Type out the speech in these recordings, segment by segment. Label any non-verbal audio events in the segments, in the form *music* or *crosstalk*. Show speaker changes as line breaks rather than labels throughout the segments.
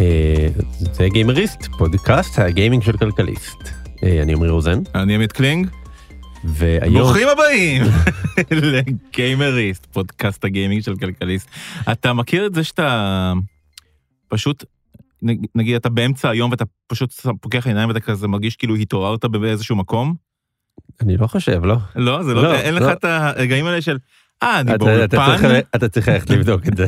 אה, זה גיימריסט, פודקאסט הגיימינג של כלכליסט. אה, אני עמרי רוזן,
אני עמית קלינג,
והיום...
ברוכים הבאים *laughs* לגיימריסט, פודקאסט הגיימינג של כלכליסט. אתה מכיר את זה שאתה פשוט, נג- נגיד אתה באמצע היום ואתה פשוט שם- פוקח עיניים ואתה כזה מרגיש כאילו התעוררת באיזשהו מקום?
אני לא חושב, לא.
לא, זה
לא,
לא, אין לך
לא.
את הרגעים האלה של, אה, אני
אתה- אתה
באולפן,
צריך- אתה צריך ללכת לבדוק
*laughs*
את זה.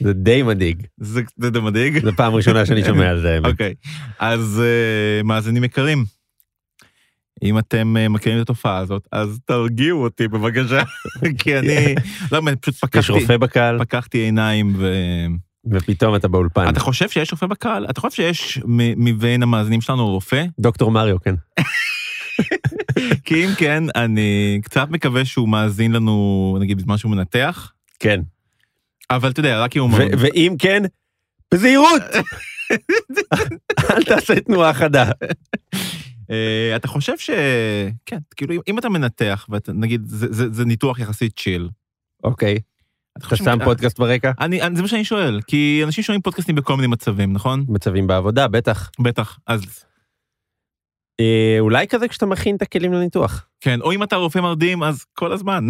זה די מדאיג,
זה זה די מדאיג.
זו פעם ראשונה שאני שומע על זה. האמת.
אוקיי, אז אה, מאזינים יקרים. אם אתם אה, מכירים את התופעה הזאת, אז תרגיעו אותי בבקשה, *laughs* כי אני, לא, אני פשוט
יש
פקחתי,
רופא בקהל,
פקחתי עיניים ו...
ופתאום אתה באולפן.
אוקיי. אתה חושב שיש רופא בקהל? אתה חושב שיש מ- מבין המאזינים שלנו רופא? *laughs*
דוקטור מריו, כן.
כי אם כן, אני קצת מקווה שהוא מאזין לנו, נגיד, בזמן שהוא מנתח,
כן.
אבל אתה יודע, רק אם הוא...
ו-
מ-
ואם כן,
*laughs*
בזהירות! אל תעשה תנועה חדה.
אה, אתה חושב ש... כן, כאילו, אם- אם אתה מנתח, ואתה, נגיד, זה- זה זה ניתוח יחסית צ'יל.
אוקיי, אתה שם פודקאסט ברקע?
אני, אני, זה מה שאני שואל, כי אנשים שומעים פודקאסטים בכל מיני מצבים, נכון?
מצבים בעבודה, בטח.
בטח. אז
אה, אולי כזה כשאתה מכין את הכלים לניתוח.
כן, או אם אתה רופא מרדים, אז כל הזמן.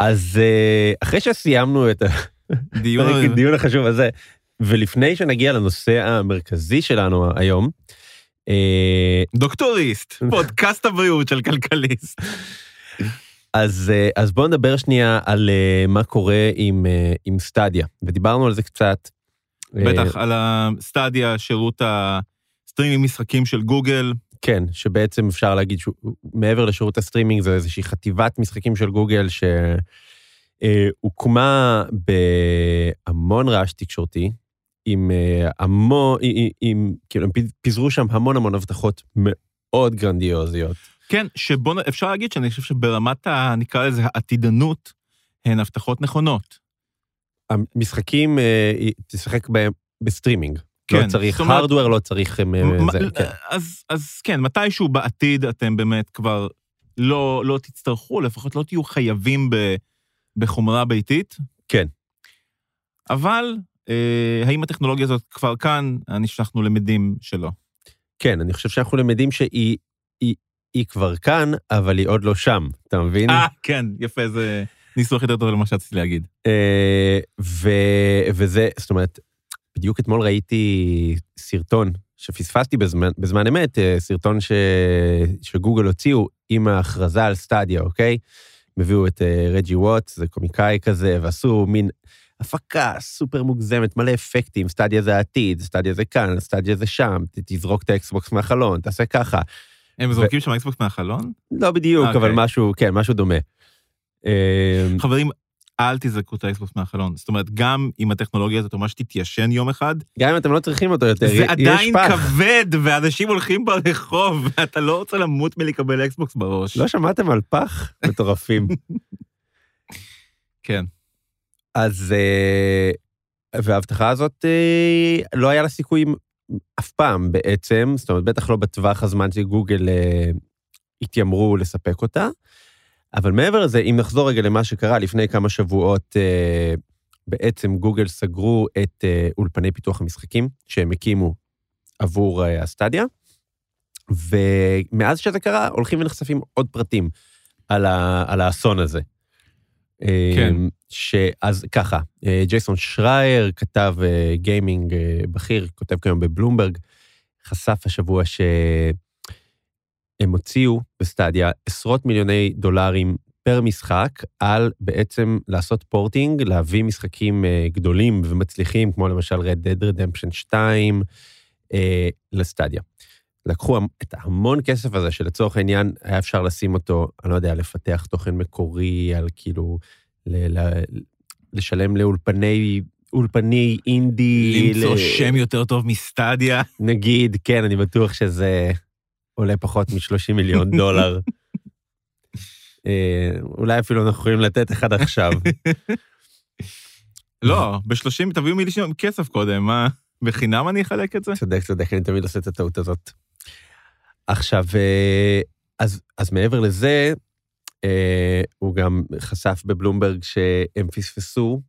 אז אה, אחרי שסיימנו את
דיון...
הדיון החשוב הזה, ולפני שנגיע לנושא המרכזי שלנו היום, אה,
*laughs* דוקטוריסט, פודקאסט הבריאות של כלכליסט.
אז, אה, אז בואו נדבר שנייה על אה, מה קורה עם, אה, עם סטדיה, ודיברנו על זה קצת. אה,
בטח, על הסטדיה, שירות הסטרימים משחקים של גוגל.
כן, שבעצם אפשר להגיד שמעבר לשירות הסטרימינג זו איזושהי חטיבת משחקים של גוגל שהוקמה בהמון רעש תקשורתי, עם אה, המון, עם- עם- עם, כאילו, הם פיזרו שם המון המון הבטחות מאוד גרנדיוזיות.
כן, שבוא, נ- אפשר להגיד שאני חושב שברמת ה... נקרא לזה העתידנות, הן הבטחות נכונות.
המשחקים, אה, תשחק בהם בסטרימינג. לא
כן,
צריך
זאת אומרת-
הארדוור, לא צריך... אה,
מה-
זה, כן.
אז, אז כן, מתישהו בעתיד אתם באמת כבר לא, לא תצטרכו, לפחות לא תהיו חייבים ב, בחומרה ביתית.
כן.
אבל אה, האם הטכנולוגיה הזאת כבר כאן? אני שאנחנו למדים שלא.
כן, אני חושב שאנחנו למדים שהיא היא, היא כבר כאן, אבל היא עוד לא שם, אתה מבין?
אה, כן, יפה, זה ניסוח יותר טוב למה שרציתי להגיד.
אה, ו, וזה, זאת אומרת, בדיוק אתמול ראיתי סרטון שפספסתי בזמן, בזמן אמת, אה, סרטון ש, שגוגל הוציאו עם ההכרזה על סטדיה, אוקיי? הם הביאו את אה, רג'י ווטס, זה קומיקאי כזה, ועשו מין הפקה סופר מוגזמת, מלא אפקטים, סטדיה זה העתיד, סטדיה זה כאן, סטדיה זה שם, ת- תזרוק את האקסבוקס מהחלון, תעשה ככה.
הם זורקים שם אקסבוקס מהחלון?
לא בדיוק,
אוקיי.
אבל משהו, כן, משהו דומה. אה,
חברים, אל תזרקו את האקסבוקס מהחלון. זאת אומרת, גם אם הטכנולוגיה הזאת ממש תתיישן יום אחד,
גם אם אתם לא צריכים אותו יותר,
זה
יש
עדיין
פח.
כבד, ואנשים הולכים ברחוב, *laughs* ואתה לא רוצה למות מלקבל אקסבוקס בראש.
לא שמעתם על פח? מטורפים.
כן.
אז... אה, וההבטחה הזאת, אה, לא היה לה סיכויים אף פעם בעצם, זאת אומרת, בטח לא בטווח הזמן שגוגל אה, התיימרו לספק אותה. אבל מעבר לזה, אם נחזור רגע למה שקרה לפני כמה שבועות, אה, בעצם גוגל סגרו את אה, אולפני פיתוח המשחקים שהם הקימו עבור אה, הסטדיה, ומאז שזה קרה, הולכים ונחשפים עוד פרטים על, ה, על האסון הזה. אה,
כן.
שאז ככה, אה, ג'ייסון שרייר, כתב אה, גיימינג אה, בכיר, כותב כיום בבלומברג, חשף השבוע שהם הוציאו בסטדיה עשרות מיליוני דולרים פר משחק על בעצם לעשות פורטינג, להביא משחקים אה, גדולים ומצליחים, כמו למשל Red Dead Redemption 2, אה, לסטדיה. לקחו המ- את ההמון כסף הזה, שלצורך העניין היה אפשר לשים אותו, אני לא יודע, לפתח תוכן מקורי, על כאילו, ל- ל- לשלם לאולפני... אולפני אינדי.
למצוא
ל-
שם יותר טוב מסטדיה.
נגיד, כן, אני בטוח שזה עולה פחות מ-30 מיליון דולר. אה, אולי אפילו אנחנו יכולים לתת אחד עכשיו.
לא, ב-30, תביאו לי שם כסף קודם, מה? בחינם אני אחלק את זה?
צודק, צודק, אני תמיד עושה את הטעות הזאת. עכשיו, אה, אז, אז מעבר לזה, אה, הוא גם חשף בבלומברג שהם פספסו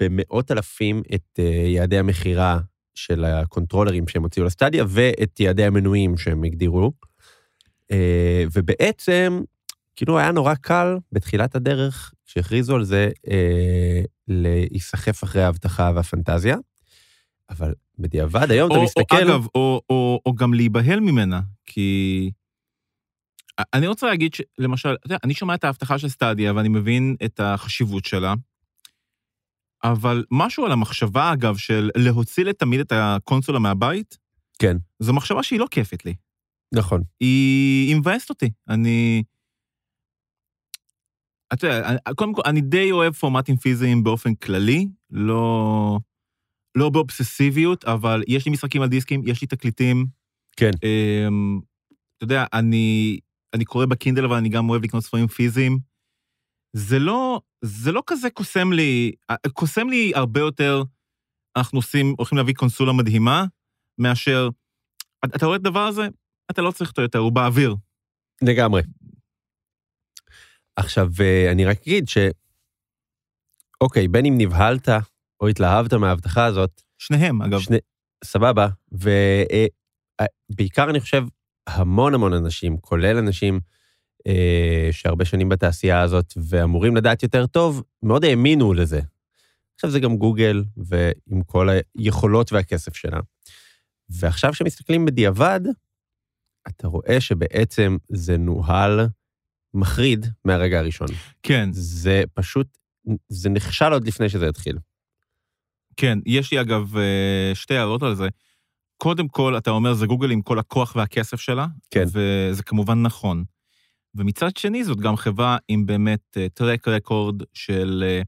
במאות אלפים את אה, יעדי המכירה של הקונטרולרים שהם הוציאו לסטדיה, ואת יעדי המנויים שהם הגדירו. אה, ובעצם, כאילו היה נורא קל בתחילת הדרך, כשהכריזו על זה, אה, להיסחף אחרי ההבטחה והפנטזיה. אבל בדיעבד, היום אתה
או-
מסתכל...
או, אגב, או, או, או גם להיבהל ממנה, כי... אני רוצה להגיד שלמשל, אתה יודע, אני שומע את ההבטחה של סטדיה ואני מבין את החשיבות שלה, אבל משהו על המחשבה, אגב, של להוציא לתמיד את הקונסולה מהבית,
כן.
זו מחשבה שהיא לא כיפת לי.
נכון.
היא, היא מבאסת אותי. אני... אתה יודע, אני- קודם כל, אני די אוהב פורמטים פיזיים באופן כללי, לא, לא באובססיביות, אבל יש לי משחקים על דיסקים, יש לי תקליטים.
כן.
אמ, אתה יודע, אני, אני קורא בקינדל, אבל אני גם אוהב לקנות ספרים פיזיים. זה לא, זה לא כזה קוסם לי, אה, קוסם לי הרבה יותר, אנחנו עושים, הולכים להביא קונסולה מדהימה, מאשר, אתה רואה את הדבר הזה? אתה לא צריך אותו יותר, הוא באוויר.
לגמרי. עכשיו, אה, אני רק אגיד ש... אוקיי, בין אם נבהלת או התלהבת מההבטחה הזאת,
שניהם, אגב.
שני... סבבה, ובעיקר אני חושב, המון המון אנשים, כולל אנשים אה, שהרבה שנים בתעשייה הזאת ואמורים לדעת יותר טוב, מאוד האמינו לזה. עכשיו זה גם גוגל, ועם כל היכולות והכסף שלה. ועכשיו כשמסתכלים בדיעבד, אתה רואה שבעצם זה נוהל מחריד מהרגע הראשון.
כן,
זה פשוט, זה נכשל עוד לפני שזה התחיל.
כן. יש לי אגב אה, שתי הערות על זה. קודם כל, אתה אומר, זה גוגל עם כל הכוח והכסף שלה,
כן.
וזה כמובן נכון. ומצד שני, זאת גם חברה עם באמת טרק רקורד של אה,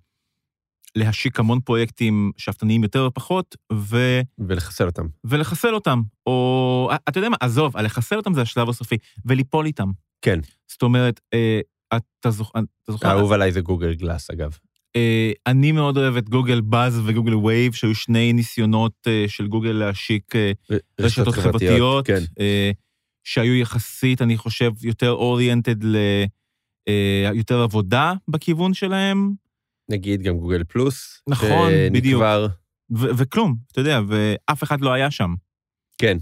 להשיק המון פרויקטים שאפתניים יותר או פחות, ו...
ולחסל אותם.
ולחסל אותם, או... אה, אתה יודע מה, עזוב, לחסל אותם זה השלב הסופי, וליפול איתם.
כן.
זאת אומרת, אה, אתה זוכ- אתה זוכר...
האהוב עליי זה גוגל גלאס, אגב.
אה, אני מאוד אוהב את גוגל באז וגוגל וייב, שהיו שני ניסיונות אה, של גוגל להשיק אה, רשתות חברתיות,
כן.
אה, שהיו יחסית, אני חושב, יותר אוריינטד ל... אה, יותר עבודה בכיוון שלהם,
נגיד גם גוגל פלוס.
נכון, בדיוק.
שנקבר.
ו- וכלום, אתה יודע, ואף אחד לא היה שם. *laughs*
כן.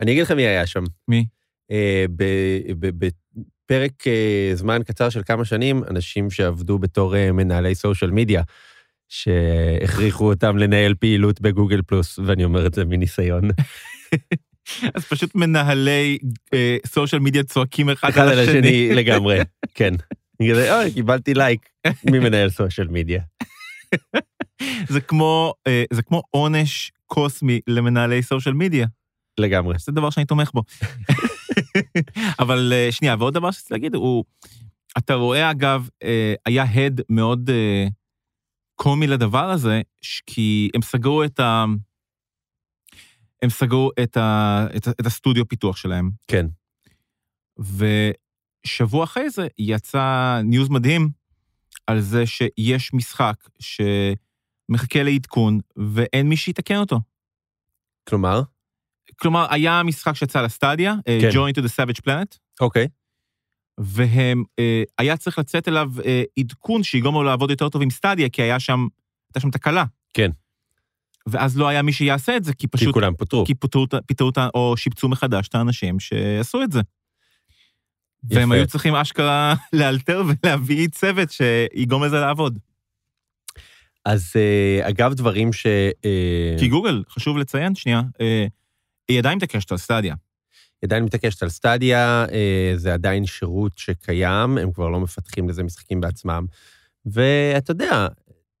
אני אגיד לך מי היה שם.
מי?
אה, ב- ב- בפרק אה, זמן קצר של כמה שנים, אנשים שעבדו בתור אה, מנהלי סושיאל מדיה, שהכריחו אותם לנהל פעילות בגוגל פלוס, ואני אומר את זה מניסיון.
*laughs* אז פשוט מנהלי סושיאל מדיה צועקים אחד
אחד על השני לגמרי, כן. אני כזה, אוי, קיבלתי לייק
*laughs*
ממנהל סושיאל מדיה.
זה כמו, אה, זה כמו עונש קוסמי למנהלי סושיאל מדיה.
לגמרי.
זה דבר שאני תומך בו. אבל אה, שנייה, ועוד דבר שצריך להגיד, הוא, אתה רואה אגב, אה, היה הד מאוד אה, קומי לדבר הזה, ש- כי הם סגרו את ה... הם סגרו את, ה, את, ה- את הסטודיו פיתוח שלהם.
כן.
ושבוע אחרי זה יצא ניוז מדהים על זה שיש משחק שמחכה לעדכון ואין מי שיתקן אותו.
כלומר,
כלומר, היה משחק שיצא לסטדיה,
כן.
כן. Join to the Savage Planet,
אוקיי,
והם, אה, היה צריך לצאת אליו אה, עדכון שיגרום לו לעבוד יותר טוב עם סטדיה, כי היה שם, הייתה שם תקלה.
כן.
ואז לא היה מי שיעשה את זה, כי
כי
פשוט,
כולם פוטרו.
כי פיטרו, את ה- פיטרו אותה, או שיפצו מחדש את האנשים שעשו את זה.
יפה.
והם היו צריכים אשכרה *laughs* לאלתר ולהביא צוות שיגרום לזה לעבוד.
אז אה, אגב, דברים ש... אה,
כי גוגל, חשוב לציין, שנייה, אה, היא עדיין מתעקשת על סטדיה.
היא עדיין מתעקשת על סטדיה, אה, זה עדיין שירות שקיים, הם כבר לא מפתחים לזה משחקים בעצמם. ואתה יודע,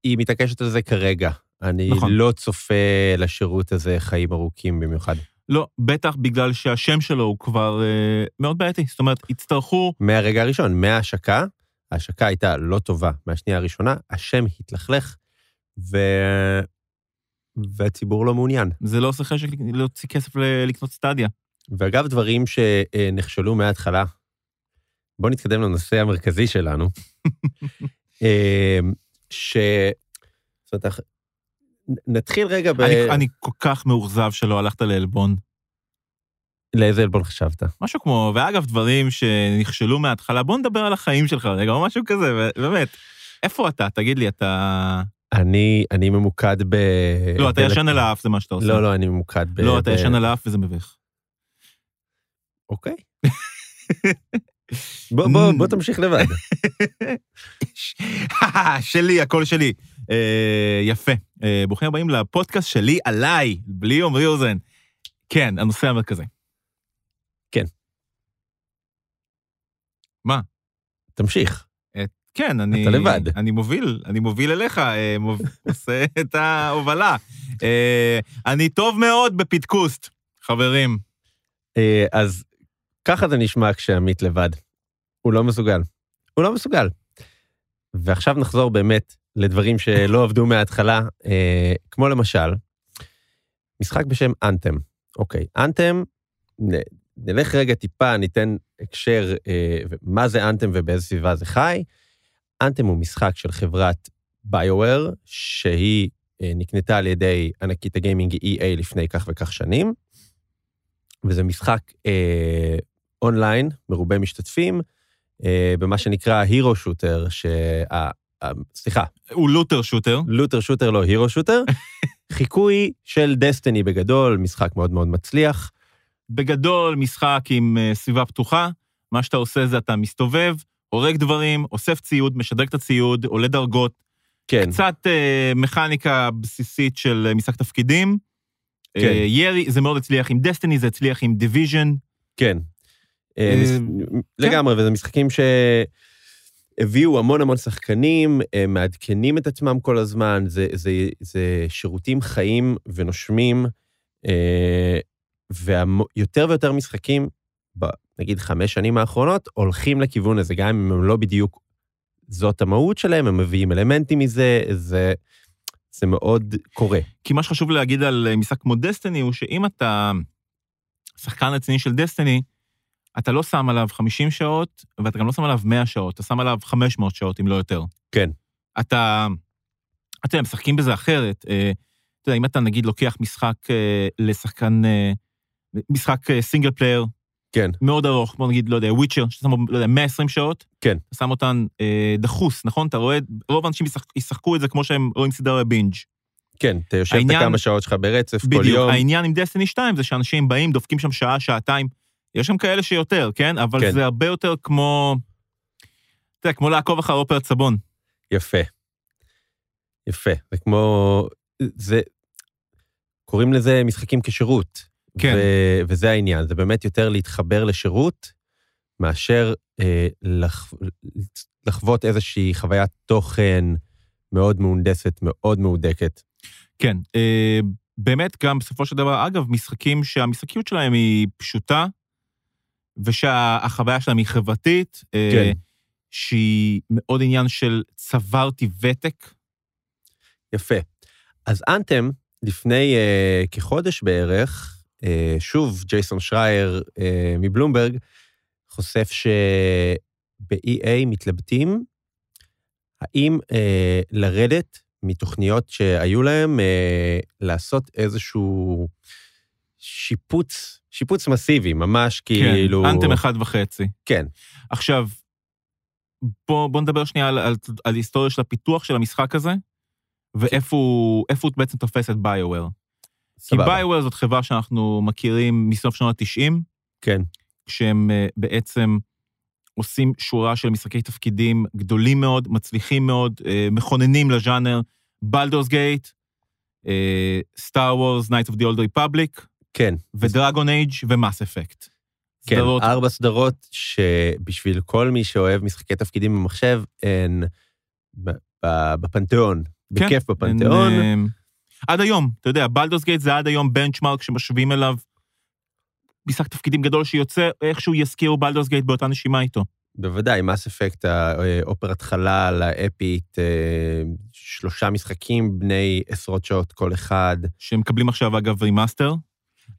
היא מתעקשת על זה כרגע. אני
נכון.
לא צופה לשירות הזה חיים ארוכים במיוחד.
לא, בטח בגלל שהשם שלו הוא כבר אה, מאוד בעייתי. זאת אומרת, יצטרכו,
מהרגע הראשון, מההשקה, ההשקה הייתה לא טובה מהשנייה הראשונה, השם התלכלך, ו... והציבור לא מעוניין.
זה לא עושה חשק להוציא כסף ל- לקנות סטדיה.
ואגב, דברים שנכשלו מההתחלה, בואו נתקדם לנושא המרכזי שלנו,
*laughs*
אה, ש... זאת אומרת, אח- נתחיל רגע ב...
אני, אני כל כך מאוכזב שלא הלכת לעלבון.
לאיזה עלבון חשבת?
משהו כמו, ואגב, דברים שנכשלו מההתחלה, בוא נדבר על החיים שלך רגע, או משהו כזה, ו- באמת. איפה אתה? תגיד לי, אתה...
אני, אני ממוקד ב...
לא, אתה
ב-
ישן על האף, זה מה שאתה עושה.
לא, לא, אני ממוקד ב...
לא, אתה
ב-
ישן על האף וזה מביך. *laughs*
אוקיי. *laughs* בוא, בוא, בוא תמשיך
*laughs*
לבד.
שלי, הכל שלי. אה, יפה. אה, ברוכים הבאים לפודקאסט שלי עליי, בלי עמרי אוזן. כן, הנושא המרכזי.
כן.
מה?
תמשיך.
כן, אני...
אתה לבד.
אני מוביל, אני מוביל אליך, אה, מוב... *laughs* עושה את ההובלה. אה, אני טוב מאוד בפודקאסט, חברים.
אה, אז ככה זה נשמע כשעמית לבד. הוא לא מסוגל. הוא לא מסוגל. ועכשיו נחזור באמת לדברים שלא עבדו מההתחלה, אה, כמו למשל, משחק בשם אנתם. אוקיי, אנתם, נ, נלך רגע טיפה, ניתן הקשר, אה, מה זה אנתם ובאיזה סביבה זה חי. אנתם הוא משחק של חברת ביואר, שהיא אה, נקנתה על ידי ענקית הגיימינג EA לפני כך וכך שנים, וזה משחק אה, אונליין, מרובה משתתפים, אה, במה שנקרא הירו שוטר, שה... ה- סליחה,
הוא לותר שוטר.
לותר שוטר לא הירו שוטר, חיקוי של דסטיני בגדול, משחק מאוד מאוד מצליח.
בגדול, משחק עם אה, סביבה פתוחה. מה שאתה עושה זה אתה מסתובב, הורג דברים, אוסף ציוד, משדרג את הציוד, עולה דרגות.
כן,
קצת אה, מכניקה בסיסית של אה, משחק תפקידים.
כן.
אה, ירי, זה מאוד הצליח עם דסטיני, זה הצליח עם דיוויז'ן.
כן. אה,
אה, כן.
מש- לגמרי, וזה משחקים שהביאו המון המון שחקנים, הם מעדכנים את עצמם כל הזמן, זה, זה, זה שירותים חיים ונושמים, ויותר ויותר משחקים, ב, נגיד חמש שנים האחרונות, הולכים לכיוון הזה, גם אם הם לא בדיוק זאת המהות שלהם, הם מביאים אלמנטים מזה, זה, זה מאוד קורה.
כי מה שחשוב להגיד על אה, משחק כמו דסטיני, הוא שאם אתה שחקן רציני של דסטיני, אתה לא שם עליו 50 שעות, ואתה גם לא שם עליו 100 שעות, אתה שם עליו 500 שעות, אם לא יותר.
כן.
אתה, אתה יודע, משחקים בזה אחרת. אה, אתה יודע, אם אתה נגיד לוקח משחק אה, לשחקן, אה, משחק אה, סינגל פלייר,
כן.
מאוד ארוך, בוא נגיד, לא יודע, וויצ'ר, שאתה שם, בו, לא יודע, 120 שעות,
כן.
אתה שם אותן אה, דחוס, נכון? אתה רואה, רוב האנשים ישחק, ישחקו את זה כמו שהם רואים סדרה בינג'.
כן, אתה יושב את
העניין-
הכמה שעות שלך ברצף כל
בדיוק,
יום.
העניין עם דסטיני 2 זה שאנשים באים, דופקים שם שעה, שעתיים. יש שם כאלה שיותר, כן? אבל
כן.
זה הרבה יותר כמו... אתה יודע, כמו לעקוב אחר אופרת סבון.
יפה. יפה. זה כמו... זה... קוראים לזה משחקים כשירות.
כן.
ו... וזה העניין, זה באמת יותר להתחבר לשירות מאשר אה, לח... לחוות איזושהי חוויית תוכן מאוד מהונדסת, מאוד מהודקת.
כן. אה, באמת, גם בסופו של דבר, אגב, משחקים שהמשחקיות שלהם היא פשוטה, ושהחוויה שלהם היא חברתית, אה,
כן.
שהיא מאוד עניין של צברתי ותק.
יפה. אז אנתם, לפני אה, כחודש בערך, אה, שוב, ג'ייסון שרייר אה, מבלומברג, חושף שב-EA מתלבטים האם אה, לרדת מתוכניות שהיו להם, אה, לעשות איזשהו שיפוץ, שיפוץ מסיבי, ממש כאילו...
כן, אנתם אחד וחצי.
כן,
עכשיו, בוא, בוא נדבר שנייה על, על, על היסטוריה של הפיתוח של המשחק הזה, ואיפה הוא, איפה הוא בעצם תופס את ביואר. כי
סבבה.
ביואר זאת חברה שאנחנו מכירים מסוף שנות ה-90,
כן,
כשהם אה, בעצם עושים שורה של משחקי תפקידים גדולים מאוד, מצליחים מאוד, אה, מכוננים לז'אנר, בלדורס גייט, סטאר וורס, Knights of the Old Republic,
כן.
ודרגון אייג' ומס אפקט.
כן, סדרות. ארבע סדרות שבשביל כל מי שאוהב משחקי תפקידים במחשב, הן ב- ב- בפנתיאון,
כן,
בכיף בפנתיאון.
אין, אמ, עד היום, אתה יודע, בלדוס גייט זה עד היום בנצ'מארק שמשווים אליו משחק תפקידים גדול שיוצא, איכשהו יזכירו בלדוס גייט באותה נשימה איתו.
בוודאי, מס אפקט, האופרת חלל, האפית, אה, שלושה משחקים בני עשרות שעות כל אחד.
שמקבלים עכשיו, אגב, רימאסטר.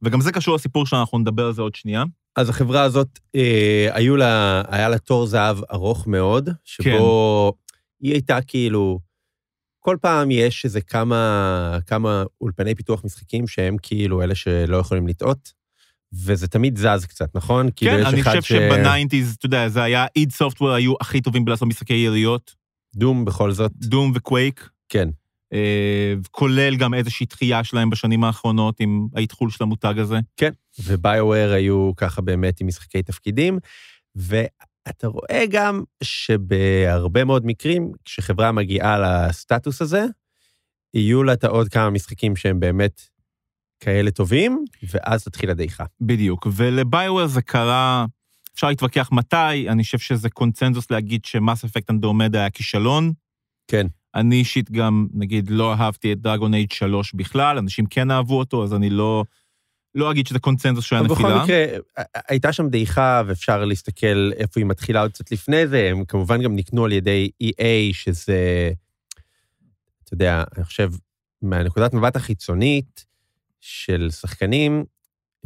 וגם זה קשור לסיפור שאנחנו נדבר על זה עוד שנייה.
אז החברה הזאת, אה, היו לה, היה לה תור זהב ארוך מאוד, שבו כן. היא הייתה כאילו, כל פעם יש איזה כמה, כמה אולפני פיתוח משחקים שהם כאילו אלה שלא יכולים לטעות, וזה תמיד זז קצת, נכון? כאילו,
כן,
יש
אני
אחד
חושב
ש-
שבניינטיז, אתה יודע, זה היה, איד סופטוור היו הכי טובים בלעשות משחקי יריות,
דום בכל זאת,
דום וקווייק.
כן.
אה, כולל גם איזושהי דחייה שלהם בשנים האחרונות עם האתחול של המותג הזה.
וביואר היו ככה באמת עם משחקי תפקידים, ואתה רואה גם שבהרבה מאוד מקרים, כשחברה מגיעה לסטטוס הזה, יהיו לה את העוד כמה משחקים שהם באמת כאלה טובים, ואז תתחיל הדעיכה.
בדיוק, ולביואר זה קרה, אפשר להתווכח מתי, אני חושב שזה קונצנזוס להגיד שמס אפקט אנדרומדה היה כישלון.
כן.
אני אישית גם, נגיד, לא אהבתי את דרגון אייד 3 בכלל, אנשים כן אהבו אותו, אז אני לא, לא אגיד שזה קונצנזוס שהיה
אבל
נפילה.
בכל מקרה, ה- ה- הייתה שם דעיכה, ואפשר להסתכל איפה היא מתחילה עוד קצת לפני זה. הם כמובן גם נקנו על ידי EA, שזה, אתה יודע, אני חושב, מהנקודת מבט החיצונית של שחקנים,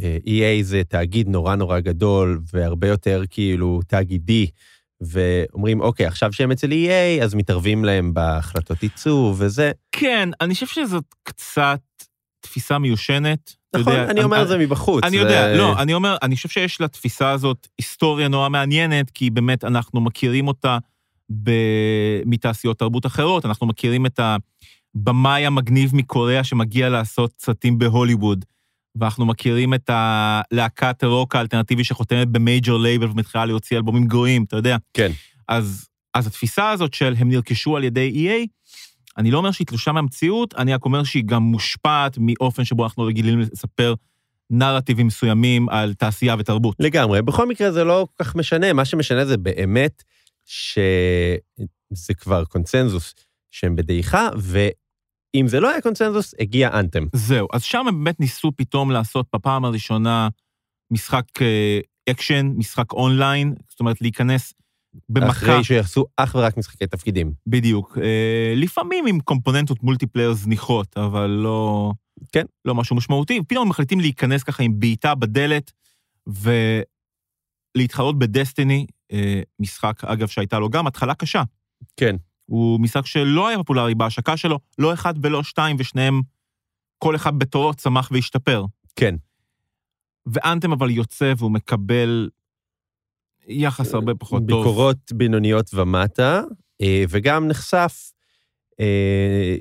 אה, EA זה תאגיד נורא נורא גדול, והרבה יותר כאילו תאגידי, ואומרים, אוקיי, עכשיו שהם אצל EA, אז מתערבים להם בהחלטות ייצור וזה.
כן, אני חושב שזאת קצת תפיסה מיושנת. אתה
נכון,
יודע,
אני אומר את זה מבחוץ.
אני
זה-
יודע, לא, אני אומר, אני חושב שיש לתפיסה הזאת היסטוריה נורא מעניינת, כי באמת אנחנו מכירים אותה ב... מתעשיות תרבות אחרות, אנחנו מכירים את הבמאי המגניב מקוריאה שמגיע לעשות סרטים בהוליווד, ואנחנו מכירים את הלהקת הרוק האלטרנטיבי שחותמת במייג'ר לייבל ומתחילה להוציא אלבומים גרועים, אתה יודע.
כן.
אז, אז התפיסה הזאת של הם נרכשו על ידי EA, אני לא אומר שהיא תלושה מהמציאות, אני רק אומר שהיא גם מושפעת מאופן שבו אנחנו רגילים לספר נרטיבים מסוימים על תעשייה ותרבות.
לגמרי. בכל מקרה, זה לא כל כך משנה, מה שמשנה זה באמת שזה כבר קונצנזוס שהם בדעיכה, ואם זה לא היה קונצנזוס, הגיע אנתם.
זהו, אז שם הם באמת ניסו פתאום לעשות בפעם הראשונה משחק אה, אקשן, משחק אונליין, זאת אומרת להיכנס במכה.
אחרי שיעשו אך ורק משחקי תפקידים.
בדיוק. אה, לפעמים עם קומפוננטות מולטיפלייר זניחות, אבל לא...
כן.
לא משהו משמעותי. פתאום הם מחליטים להיכנס ככה עם בעיטה בדלת, ולהתחרות בדסטיני, אה, משחק, אגב, שהייתה לו גם התחלה קשה.
כן.
הוא משחק שלא היה פופולרי בהשקה שלו, לא אחד ולא שתיים, ושניהם, כל אחד בתורו צמח והשתפר.
כן.
ואנתם אבל יוצא והוא מקבל יחס הרבה פחות טוב.
אה, ביקורות בינוניות ומטה, אה, וגם נחשף אה,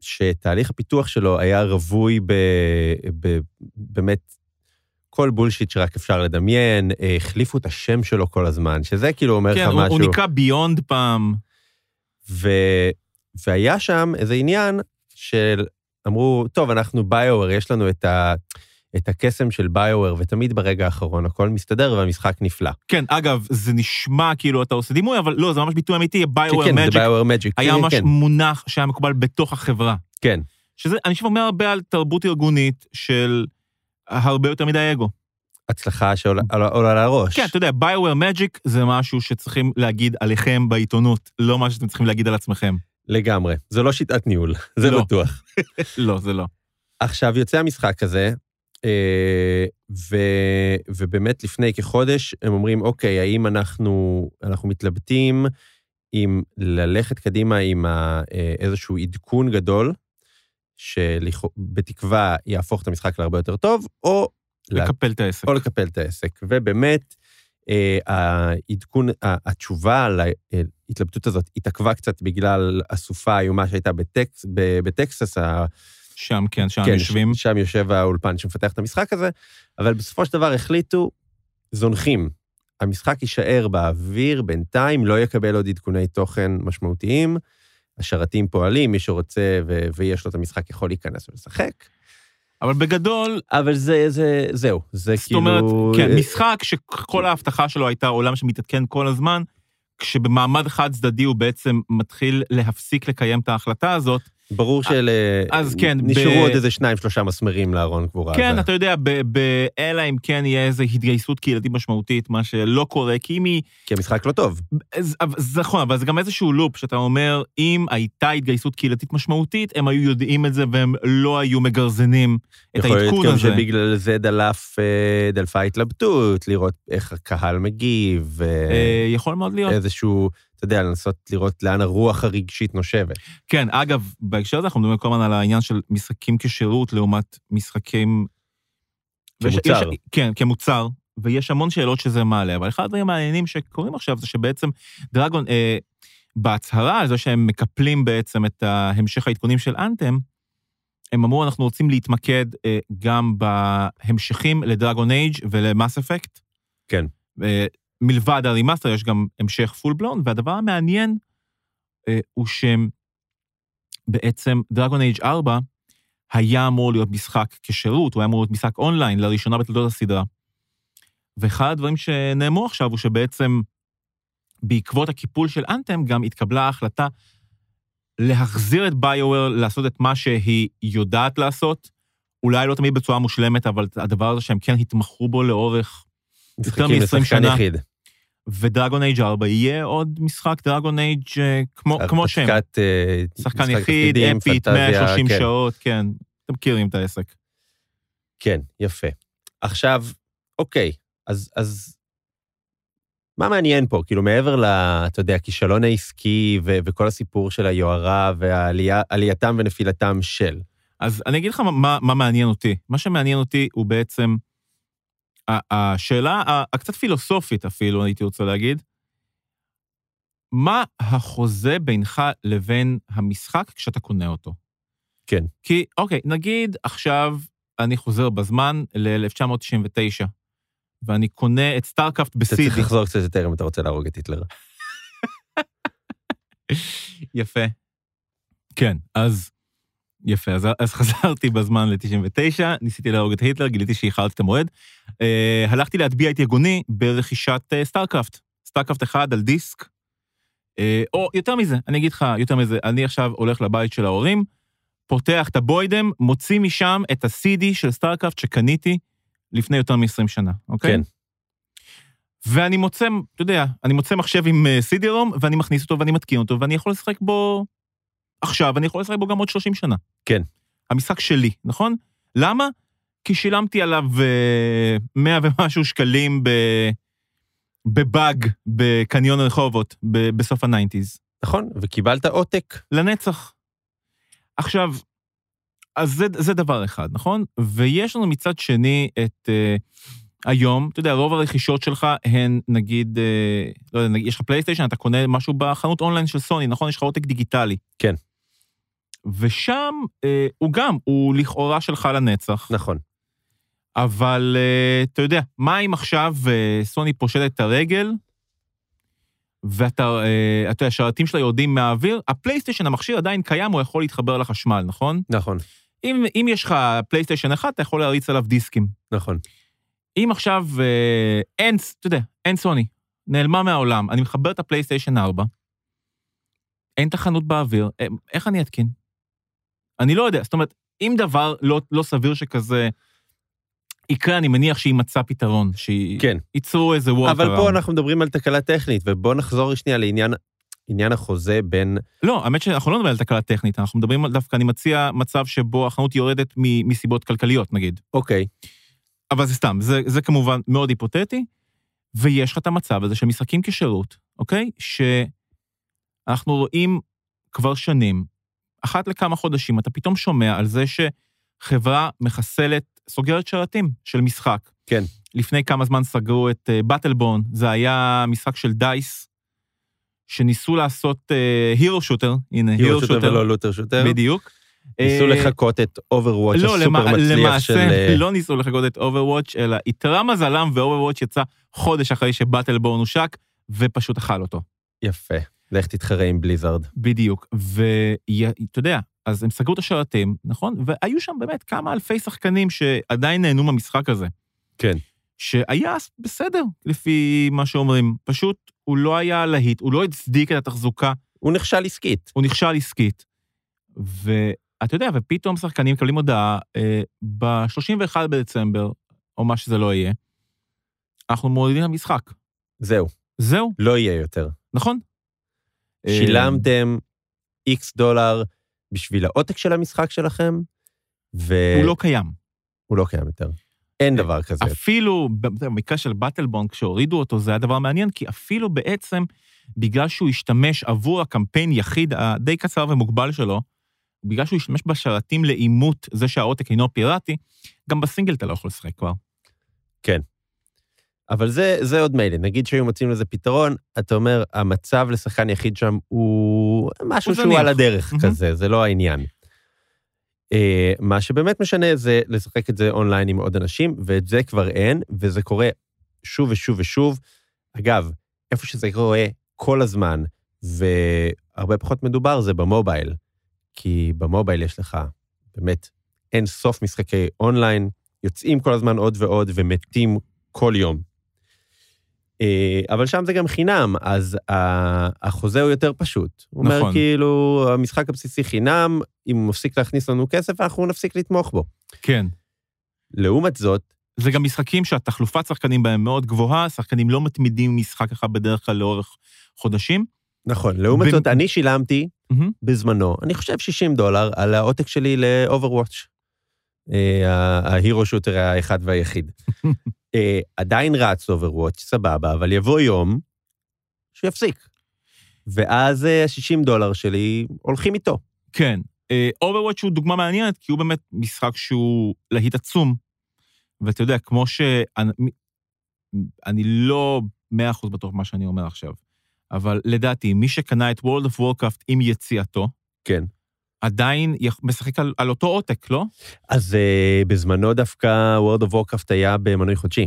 שתהליך הפיתוח שלו היה רווי ב, ב, באמת כל בולשיט שרק אפשר לדמיין, אה, החליפו את השם שלו כל הזמן, שזה כאילו אומר
כן,
לך
הוא,
משהו.
הוא נקרא ביונד פעם.
ו... והיה שם איזה עניין של, אמרו, טוב, אנחנו ביואר, יש לנו את, ה... את הקסם של ביואר, ותמיד ברגע האחרון הכל מסתדר והמשחק נפלא.
כן, אגב, זה נשמע כאילו אתה עושה דימוי, אבל לא, זה ממש ביטוי אמיתי,
כן,
ביואר
כן, זה
מג'יק
ביואר מג'יק.
היה
כן,
ממש
כן,
מונח שהיה מקובל בתוך החברה.
כן,
שזה, אני חושב, אומר הרבה על תרבות ארגונית של הרבה יותר מדי אגו.
הצלחה שעולה עולה על הראש.
כן, אתה יודע, ביואר מג'יק זה משהו שצריכים להגיד עליכם בעיתונות, לא משהו שאתם צריכים להגיד על עצמכם.
לגמרי. זו לא שיטת ניהול, זה
לא.
בטוח.
לא, זה לא.
עכשיו, יוצא המשחק הזה, אה, ו... ובאמת לפני כחודש הם אומרים, אוקיי, האם אנחנו, אנחנו מתלבטים אם ללכת קדימה עם ה... אה, איזשהו עדכון גדול, שבתקווה יהפוך את המשחק להרבה יותר טוב, או, לה-
לקפל את העסק.
או לקפל את העסק. ובאמת, אה, העדכון, ה- התשובה להתלבטות הזאת התעכבה קצת בגלל הסופה האיומה שהייתה בטקס, ב- בטקסס, ה-
שם, כן, שם
כן,
יושבים.
שם יושב האולפן שמפתח את המשחק הזה, אבל בסופו של דבר החליטו, זונחים. המשחק יישאר באוויר בינתיים, לא יקבל עוד עדכוני תוכן משמעותיים. השרתים פועלים, מי שרוצה ו- ויש לו את המשחק יכול להיכנס ולשחק.
אבל בגדול,
אבל זה, זה, זהו, זה
זאת
כאילו...
אומרת, כן,
אה,
משחק שכל ההבטחה שלו הייתה עולם שמתעדכן כל הזמן, כשבמעמד חד צדדי הוא בעצם מתחיל להפסיק לקיים את ההחלטה הזאת.
ברור של... אה,
אז כן, ב-
נשארו עוד איזה שניים, שלושה מסמרים לארון קבורה.
כן,
הזה.
אתה יודע, ב- ב- אלא אם כן יהיה איזו התגייסות קהילתית משמעותית, מה שלא קורה, כי אם היא...
כי המשחק לא טוב.
אז- אבל- זה נכון, אבל זה גם איזשהו לופ שאתה אומר, אם הייתה התגייסות קהילתית משמעותית, הם היו יודעים את זה והם לא היו מגרזנים את
יכול
העדכון
להיות גם
הזה.
שבגלל זה דלף, אה, דלפה התלבטות, לראות איך הקהל מגיב, אה,
אה, יכול מאוד להיות.
איזשהו, אתה יודע, לנסות לראות לאן הרוח הרגשית נושבת.
כן, אגב, בהקשר הזה אנחנו מדברים כל הזמן על העניין של משחקים כשירות לעומת משחקים... ויש-
כמוצר.
יש- כן, כמוצר, ויש המון שאלות שזה מעלה, אבל אחד הדברים המעניינים שקורים עכשיו זה שבעצם דרגון, אה, בהצהרה על זה שהם מקפלים בעצם את המשך העדכונים של אנתם, הם אמרו, אנחנו רוצים להתמקד אה, גם בהמשכים לדרגון אייג' ולמאס אפקט.
כן.
אה, מלבד הרימאסטר יש גם המשך פול בלון, והדבר המעניין אה, הוא שהם בעצם דרגון אייג' 4 היה אמור להיות משחק כשירות, הוא היה אמור להיות משחק אונליין לראשונה בתולדות הסדרה. ואחד הדברים שנאמרו עכשיו הוא שבעצם בעקבות הקיפול של אנתם גם התקבלה ההחלטה להחזיר את ביואר לעשות את מה שהיא יודעת לעשות, אולי לא תמיד בצורה מושלמת, אבל הדבר הזה שהם כן התמחו בו לאורך, יותר
משחקים
מ-עשרים
לשחקן
שנה.
יחיד.
ודרגון אייג' 4 יהיה עוד משחק דרגון אייג' אה, כמו, כמו שהם.
הרפתקת, אה,
שחקן
משחק
יחיד,
תפקידים,
אפית,
פנטזיה,
130
כן.
שעות, כן. אתם מכירים את העסק.
כן, יפה. עכשיו, אוקיי, אז, אז מה מעניין פה? כאילו, מעבר ל... אתה יודע, הכישלון העסקי ו- וכל הסיפור של היוהרה ועלייתם ונפילתם של.
אז אני אגיד לך מה, מה מעניין אותי. מה שמעניין אותי הוא בעצם ה- השאלה ה- הקצת פילוסופית אפילו, הייתי רוצה להגיד, מה החוזה בינך לבין המשחק כשאתה קונה אותו?
כן.
כי, אוקיי, נגיד עכשיו אני חוזר בזמן ל-1999, ואני קונה את סטארקאפט
אתה
בסידי.
צריך לחזור קצת יותר אם אתה רוצה להרוג את היטלר.
יפה. כן, אז... יפה, אז, אז חזרתי בזמן ל-99, ניסיתי להרוג את היטלר, גיליתי שאיחרתי את המועד. אה, הלכתי להטביע את יגוני ברכישת אה, סטארקראפט. סטארקראפט אחד על דיסק. אה, או יותר מזה, אני אגיד לך יותר מזה, אני עכשיו הולך לבית של ההורים, פותח את הבוידם, מוציא משם את ה-CD של סטארקראפט שקניתי לפני יותר מ-20 שנה, אוקיי?
כן.
ואני מוצא, אתה יודע, אני מוצא מחשב עם אה, CD-ROM, ואני מכניס אותו ואני מתקין אותו, ואני יכול לשחק בו עכשיו, אני יכול לשחק בו גם עוד 30 שנה.
כן.
המשחק שלי, נכון? למה? כי שילמתי עליו אה, 100 ומשהו שקלים ב... בבאג בקניון רחובות ב- בסוף הניינטיז.
נכון, וקיבלת עותק.
לנצח. עכשיו, אז זה, זה דבר אחד, נכון? ויש לנו מצד שני את אה, היום, אתה יודע, רוב הרכישות שלך הן, נגיד, אה, לא יודע, נגיד, יש לך פלייסטיישן, אתה קונה משהו בחנות אונליין של סוני, נכון? יש לך עותק דיגיטלי.
כן.
ושם אה, הוא גם, הוא לכאורה שלך לנצח.
נכון.
אבל אה, אתה יודע, מה אם עכשיו אה, סוני פושטת את הרגל, ואתה, אה, אתה יודע, השרתים שלה יורדים מהאוויר, הפלייסטיישן, המכשיר עדיין קיים, הוא יכול להתחבר לחשמל, נכון?
נכון,
אם, אם יש לך פלייסטיישן אחד, אתה יכול להריץ עליו דיסקים.
נכון.
אם עכשיו אה, אין, אתה יודע, אין סוני, נעלמה מהעולם, אני מחבר את הפלייסטיישן 4, אין תחנות באוויר, אה, איך אני אתקין? אני לא יודע, זאת אומרת, אם דבר לא, לא סביר שכזה יקרה, אני מניח שיימצא פתרון,
כן.
שייצרו איזה וורקראונד.
אבל פה אנחנו מדברים על תקלה טכנית, ובואו נחזור שנייה לעניין עניין החוזה בין...
לא, האמת שאנחנו לא מדברים על תקלה טכנית, אנחנו מדברים על דווקא, אני מציע מצב שבו החנות יורדת מ- מסיבות כלכליות, נגיד.
אוקיי,
אבל זה סתם, זה, זה כמובן מאוד היפותטי, ויש לך את המצב הזה של משחקים כשירות, אוקיי? שאנחנו רואים כבר שנים, אחת לכמה חודשים אתה פתאום שומע על זה שחברה מחסלת, סוגרת שרתים של משחק.
כן.
לפני כמה זמן סגרו את באטלבון, זה היה משחק של דייס, שניסו לעשות הירו שוטר, הנה,
הירו
הירו
שוטר
שוטר,
ולא לותר שוטר.
בדיוק.
ניסו
אה,
לחקות את אוברוואץ'
לא,
הסופר
למע-
מצליח של... אה,
למעשה לא ניסו לחכות את Overwatch, אלא איתרע מזלם ואוברוואץ' יצא חודש אחרי שבטלבורן הושק, ופשוט אכל אותו.
אה, יפה. לך תתחרה עם בליזארד.
בדיוק. ואתה יודע, אז הם סגרו את השרתים, נכון? והיו שם באמת כמה אלפי שחקנים שעדיין נהנו מהמשחק הזה.
כן.
שהיה בסדר, לפי מה שאומרים. פשוט הוא לא היה להיט, הוא לא הצדיק את התחזוקה,
הוא נכשל עסקית.
הוא נכשל עסקית. ואתה יודע, ופתאום שחקנים מקבלים הודעה, אה, ב-31 בדצמבר, או מה שזה לא יהיה, אנחנו מורידים למשחק.
זהו,
זהו,
לא יהיה יותר.
נכון? אה,
שילמתם איקס דולר בשביל העותק של המשחק שלכם,
הוא
והוא
לא קיים.
לא קיים יותר. אין
אה,
דבר כזה.
אפילו במקרה של באטלבון, כשהורידו אותו, זה היה דבר מעניין, כי אפילו בעצם, בגלל שהוא השתמש עבור הקמפיין יחיד הדי קצר ומוגבל שלו, בגלל שהוא השתמש בשרתים לעימות זה שהעותק אינו פיראטי, גם בסינגל אתה לא יכול לשחק כבר.
אבל זה, זה עוד מילא, נגיד שהיו מוצאים לזה פתרון, אתה אומר, המצב לשחקן יחיד שם הוא משהו
הוא
שהוא
זניח.
על הדרך
מהמם.
כזה, זה לא העניין. אה, מה שבאמת משנה זה לשחק את זה אונליין עם עוד אנשים, ואת זה כבר אין, וזה קורה שוב ושוב ושוב. אגב, איפה שזה קורה כל הזמן, והרבה פחות מדובר, זה במובייל. כי במובייל יש לך באמת אין סוף משחקי אונליין, יוצאים כל הזמן עוד ועוד ומתים כל יום. אה, אבל שם זה גם חינם, אז ה- החוזה הוא יותר פשוט. הוא אומר
נכון.
כאילו, המשחק הבסיסי חינם, אם הוא מפסיק להכניס לנו כסף, אנחנו נפסיק לתמוך בו.
כן.
לעומת זאת,
זה גם משחקים שהתחלופת שחקנים בהם מאוד גבוהה, שחקנים לא מתמידים משחק אחד בדרך כלל לאורך חודשים.
נכון, לעומת
בין-
זאת, אני שילמתי
מהמם.
בזמנו, אני חושב 60 דולר, על העותק שלי ל-Overwatch. אה, ה- ההירו שוטר האחד והיחיד. אה, עדיין רץ Overwatch, סבבה, אבל יבוא יום שיפסיק. ואז ה-60 דולר שלי הולכים איתו.
כן. אוברוואץ' הוא דוגמה מעניינת, כי הוא באמת משחק שהוא להיט עצום. ואתה יודע, כמו ש... אני לא מאה אחוז בטוח במה שאני אומר עכשיו, אבל לדעתי, מי שקנה את World of Warcraft עם יציאתו,
כן.
עדיין יח- משחק על, על אותו עותק, לא?
אז אה, בזמנו דווקא World of Warcraft היה במנוי חודשי,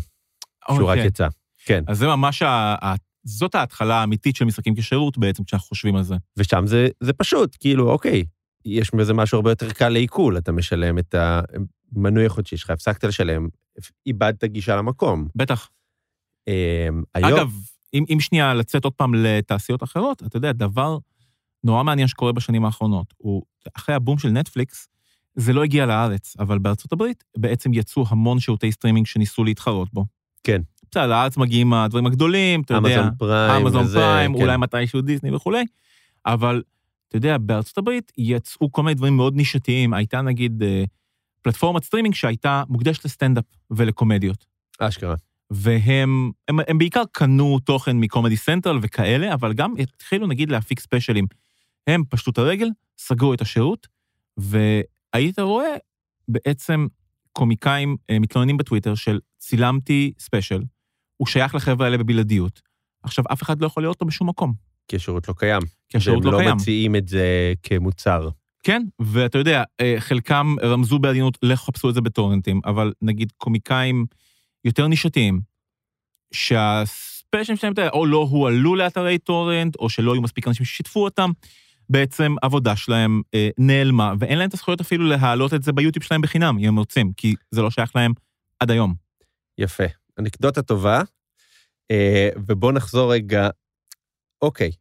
שהוא רק
אוקיי.
יצא. כן.
אז זה ממש ה... ה... זאת ההתחלה האמיתית של משחקים כשירות בעצם, כשאנחנו חושבים על זה.
ושם זה, זה פשוט, כאילו, אוקיי, יש בזה משהו הרבה יותר קל לעיכול, אתה משלם את המנוי החודשי שלך, הפסקת לשלם, איבדת גישה למקום.
בטח.
אה, היום,
אגב, אם, אם שנייה לצאת עוד פעם לתעשיות אחרות, אתה יודע, דבר נורא מעניין שקורה בשנים האחרונות, הוא, אחרי הבום של נטפליקס, זה לא הגיע לארץ, אבל בארצות הברית בעצם יצאו המון שירותי סטרימינג שניסו להתחרות בו.
כן.
בסדר, לארץ מגיעים הדברים הגדולים, אתה יודע.
אמזון פריים,
אמזון
וזה,
פריים,
כן.
אולי מתישהו דיסני וכולי, אבל אתה יודע, בארצות הברית יצאו כל מיני דברים מאוד נישתיים. הייתה נגיד אה, פלטפורמת סטרימינג שהייתה מוקדשת לסטנדאפ ולקומדיות.
אשכרה.
והם הם, הם בעיקר קנו תוכן מקומדי סנטרל וכאלה, אבל גם התחילו נגיד להפיק ספיישלים. הם פשטו את הרגל, סגרו את השירות, והיית רואה בעצם קומיקאים אה, מתלוננים בטוויטר של צילמתי ספיישל, הוא שייך לחבר'ה האלה בבלעדיות. עכשיו, אף אחד לא יכול לראות אותו בשום מקום,
כי השירות לא קיים.
כי השירות לא,
והם
קיים.
לא מציעים את זה כמוצר.
כן, ואתה יודע, אה, חלקם רמזו בעדינות, לכו חפשו את זה בטורנטים, אבל נגיד קומיקאים יותר נישתיים, שהספיישלים שלהם, אתה יודע, או לא הועלו לאתרי טורנט, או שלא היו מספיק אנשים ששיתפו אותם, בעצם עבודה שלהם אה, נעלמה, ואין להם את הזכויות אפילו להעלות את זה ביוטיוב שלהם בחינם, אם הם רוצים, כי זה לא שייך להם עד היום.
יפה. אנקדוטה טובה, אה, ובואו נחזור רגע. אוקיי,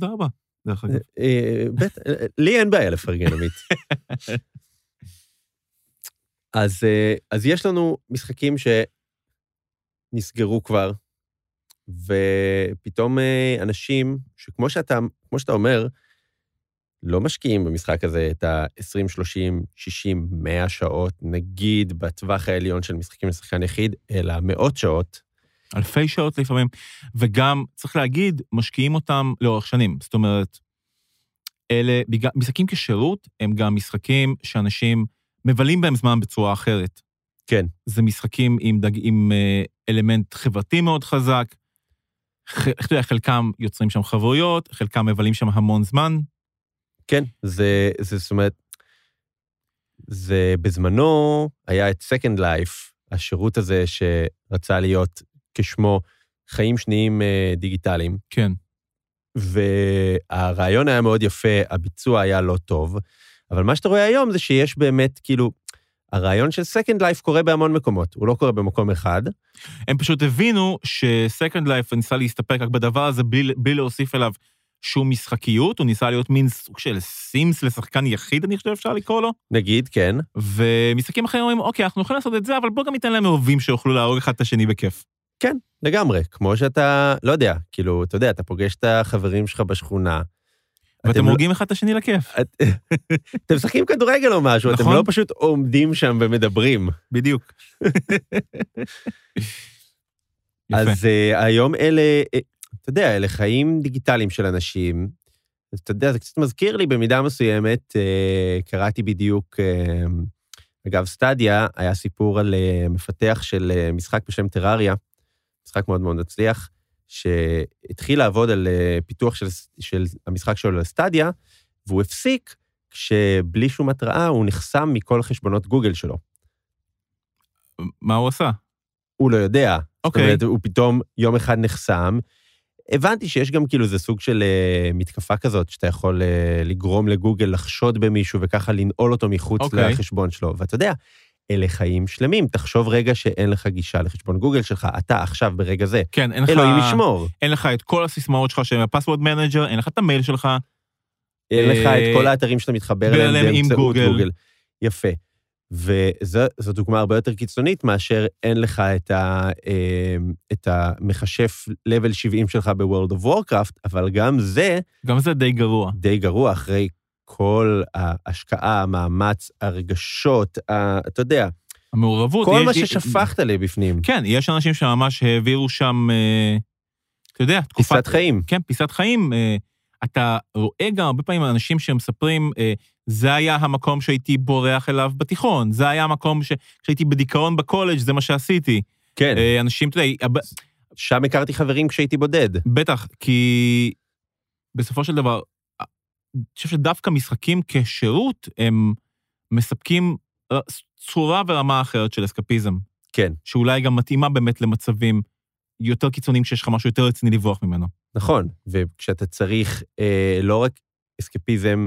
תודה רבה, דרך אגב.
אה, בטח, אה, לי אין בעיה לפרגן, עמית. אז, אה, אז יש לנו משחקים שנסגרו כבר, ופתאום אה, אנשים, שכמו שאתה, כמו שאתה אומר, לא משקיעים במשחק הזה את ה-20, 30, 60, 100 שעות, נגיד בטווח העליון של משחקים לשחקן יחיד, אלא מאות שעות.
אלפי שעות לפעמים, וגם, צריך להגיד, משקיעים אותם לאורך שנים. זאת אומרת, אלה, בגלל- משחקים כשירות הם גם משחקים שאנשים מבלים בהם זמן בצורה אחרת.
כן.
זה משחקים עם, דג, עם אה, אלמנט חברתי מאוד חזק. ח- אתה יודע, חלקם יוצרים שם חברויות, חלקם מבלים שם המון זמן.
כן, זה, זה, זאת אומרת, זה בזמנו היה את Second Life, השירות הזה שרצה להיות כשמו חיים שניים אה, דיגיטליים,
כן.
והרעיון היה מאוד יפה, הביצוע היה לא טוב, אבל מה שאתה רואה היום זה שיש באמת, כאילו, הרעיון של Second Life קורה בהמון מקומות, הוא לא קורה במקום אחד,
הם פשוט הבינו ש-Second Life ניסה להסתפק רק בדבר הזה בלי, בלי להוסיף אליו שום משחקיות, הוא ניסה להיות מין סוג של סימס לשחקן יחיד, אני חושב שאפשר לקרוא לו,
נגיד, כן,
ומשחקים אחרים אומרים, אוקיי, אנחנו יכולים לעשות את זה, אבל בוא גם ניתן להם אהובים שיוכלו להרוג אחד את השני בכיף.
לגמרי, כמו שאתה, לא יודע, כאילו, אתה יודע, אתה פוגש את החברים שלך בשכונה,
ואתם
אתם לא-
הורגים אחד את
*laughs*
השני לכיף.
את- אתם משחקים כדורגל או משהו, אתם
נכון.
לא פשוט עומדים שם ומדברים.
בדיוק. *laughs* יפה.
אז אה, היום אלה, אה, אתה יודע, אלה חיים דיגיטליים של אנשים. אז אתה יודע, זה קצת מזכיר לי במידה מסוימת, אה, קראתי בדיוק, אה, אגב, סטדיה היה סיפור על אה, מפתח של אה, משחק בשם טרריה, משחק מאוד מאוד מצליח, שהתחיל לעבוד על אה, פיתוח של, של המשחק שלו לסטדיה, והוא הפסיק כשבלי שום התראה הוא נחסם מכל חשבונות גוגל שלו.
מה הוא עשה?
הוא לא יודע. זאת
אוקיי.
אומרת, הוא פתאום יום אחד נחסם. הבנתי שיש גם כאילו איזה סוג של אה, מתקפה כזאת, שאתה יכול אה, לגרום לגוגל לחשוד במישהו וככה לנעול אותו מחוץ okay.
אוקיי.
לחשבון שלו. ואתה יודע, אלה חיים שלמים. תחשוב רגע שאין לך גישה לחשבון גוגל שלך, אתה עכשיו ברגע זה.
כן, אין לך...
אלוהים ישמור.
אין לך את כל הסיסמאות שלך שהם הפסוורד מנג'ר, אין לך את המייל שלך.
אין לך את
אה,
כל האתרים שאתה מתחבר
מדבר
אליהם
עליהם עם
באמצעות
גוגל.
גוגל. יפה. וזו דוגמה הרבה יותר קיצונית מאשר אין לך את, ה, אה, את המכשף level 70 שלך ב-World of Warcraft, אבל גם זה
גם זה די גרוע.
די גרוע אחרי כל ההשקעה, המאמץ, הרגשות, ה, אתה יודע,
המעורבות...
כל
יש-
מה
יש-
ששפכת לי בפנים,
כן, יש אנשים שממש העבירו שם, אה, אתה יודע, תקופת...
פיסת חיים.
כן, פיסת חיים. אה, אתה רואה גם הרבה פעמים אנשים שמספרים, אה, זה היה המקום שהייתי בורח אליו בתיכון, זה היה המקום ש... כשהייתי בדיכאון בקולג', זה מה שעשיתי.
כן,
אה, אנשים, אתה יודע, הב-
שם הכרתי חברים כשהייתי בודד.
בטח, כי בסופו של דבר, אה, אני חושב שדווקא משחקים כשירות, הם מספקים אה, צורה ורמה אחרת של אסקפיזם,
כן,
שאולי גם מתאימה באמת למצבים יותר קיצוניים שיש לך משהו יותר רציני לברוח ממנו.
נכון, וכשאתה צריך אה, לא רק אסקפיזם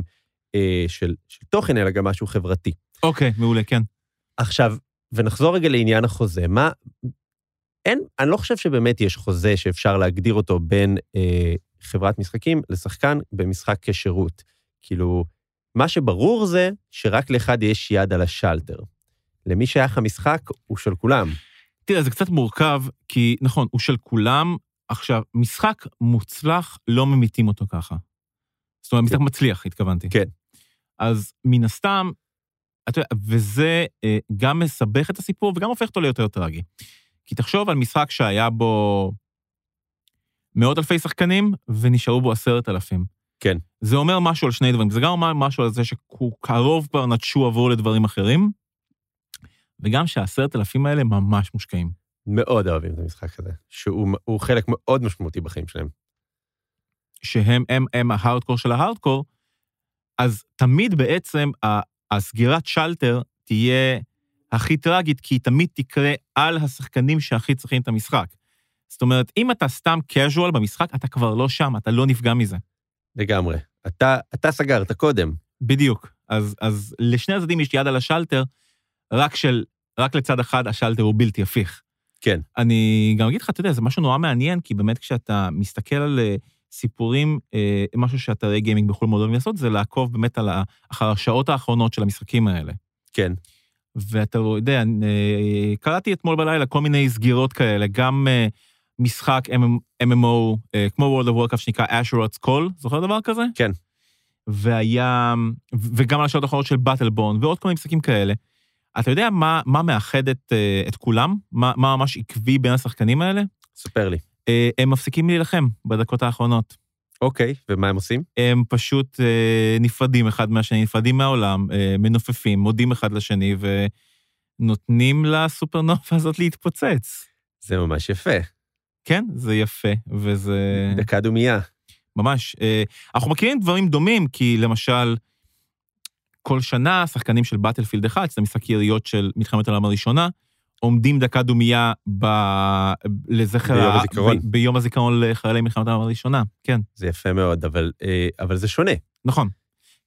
אה, של, של תוכן, אלא גם משהו חברתי.
אוקיי, מעולה, כן.
עכשיו, ונחזור רגע לעניין החוזה. מה... אין, אני לא חושב שבאמת יש חוזה שאפשר להגדיר אותו בין אה, חברת משחקים לשחקן במשחק כשירות. כאילו, מה שברור זה שרק לאחד יש יד על השלטר. למי שייך המשחק, הוא של כולם.
תראה, זה קצת מורכב, כי נכון, הוא של כולם. עכשיו, משחק מוצלח, לא ממיתים אותו ככה. זאת אומרת, משחק מצליח, התכוונתי.
כן.
אז מן הסתם, אתה יודע, וזה אה, גם מסבך את הסיפור וגם הופך אותו ליותר טרגי. כי תחשוב על משחק שהיה בו מאות אלפי שחקנים, ונשארו בו עשרת אלפים.
כן.
זה אומר משהו על שני דברים. זה גם אומר משהו על זה שקרוב כבר נטשו עבור לדברים אחרים, וגם שהעשרת אלפים האלה ממש מושקעים.
מאוד אוהבים את המשחק הזה, שהוא הוא חלק מאוד משמעותי בחיים שלהם.
שהם הם, הם ההארדקור של ההארדקור, אז תמיד בעצם ה- הסגירת שלטר תהיה הכי טרגית, כי היא תמיד תקרה על השחקנים שהכי צריכים את המשחק. זאת אומרת, אם אתה סתם casual במשחק, אתה כבר לא שם, אתה לא נפגע מזה.
לגמרי. אתה, אתה סגרת קודם.
בדיוק. אז, אז לשני הצדדים יש יד על השלטר, רק, של, רק לצד אחד השלטר הוא בלתי הפיך.
כן.
אני גם אגיד לך, אתה יודע, זה משהו נורא מעניין, כי באמת כשאתה מסתכל על אה, סיפורים, אה, משהו שאתרי גיימינג בחו"ל מאוד אוהבים לעשות, זה לעקוב באמת על ה, אחר השעות האחרונות של המשחקים האלה.
כן.
ואתה לא יודע, אה, קראתי אתמול בלילה כל מיני סגירות כאלה, גם אה, משחק MM- MMO, אה, כמו World of Warcraft שנקרא Asherod's Call, זוכר דבר כזה?
כן.
והיה, ו- וגם על השעות האחרונות של באטלבון, ועוד כל מיני משחקים כאלה. אתה יודע מה, מה מאחד את, אה, את כולם? מה, מה ממש עקבי בין השחקנים האלה?
ספר לי.
אה, הם מפסיקים להילחם בדקות האחרונות.
אוקיי, ומה הם עושים?
הם פשוט אה, נפרדים אחד מהשני, נפרדים מהעולם, אה, מנופפים, מודים אחד לשני, ונותנים לסופרנובה *laughs* הזאת להתפוצץ.
זה ממש יפה.
כן, זה יפה, וזה...
*laughs* דקה דומייה.
ממש. אה, אנחנו מכירים דברים דומים, כי למשל, כל שנה שחקנים של באטלפילד 1, שזה משחק יריות של מלחמת העולם הראשונה, עומדים דקה דומייה ב... לזכר...
ביום
ה-
הזיכרון.
ב... ביום הזיכרון לחיילי מלחמת העולם הראשונה, כן,
זה יפה מאוד, אבל, אה, אבל זה שונה.
נכון.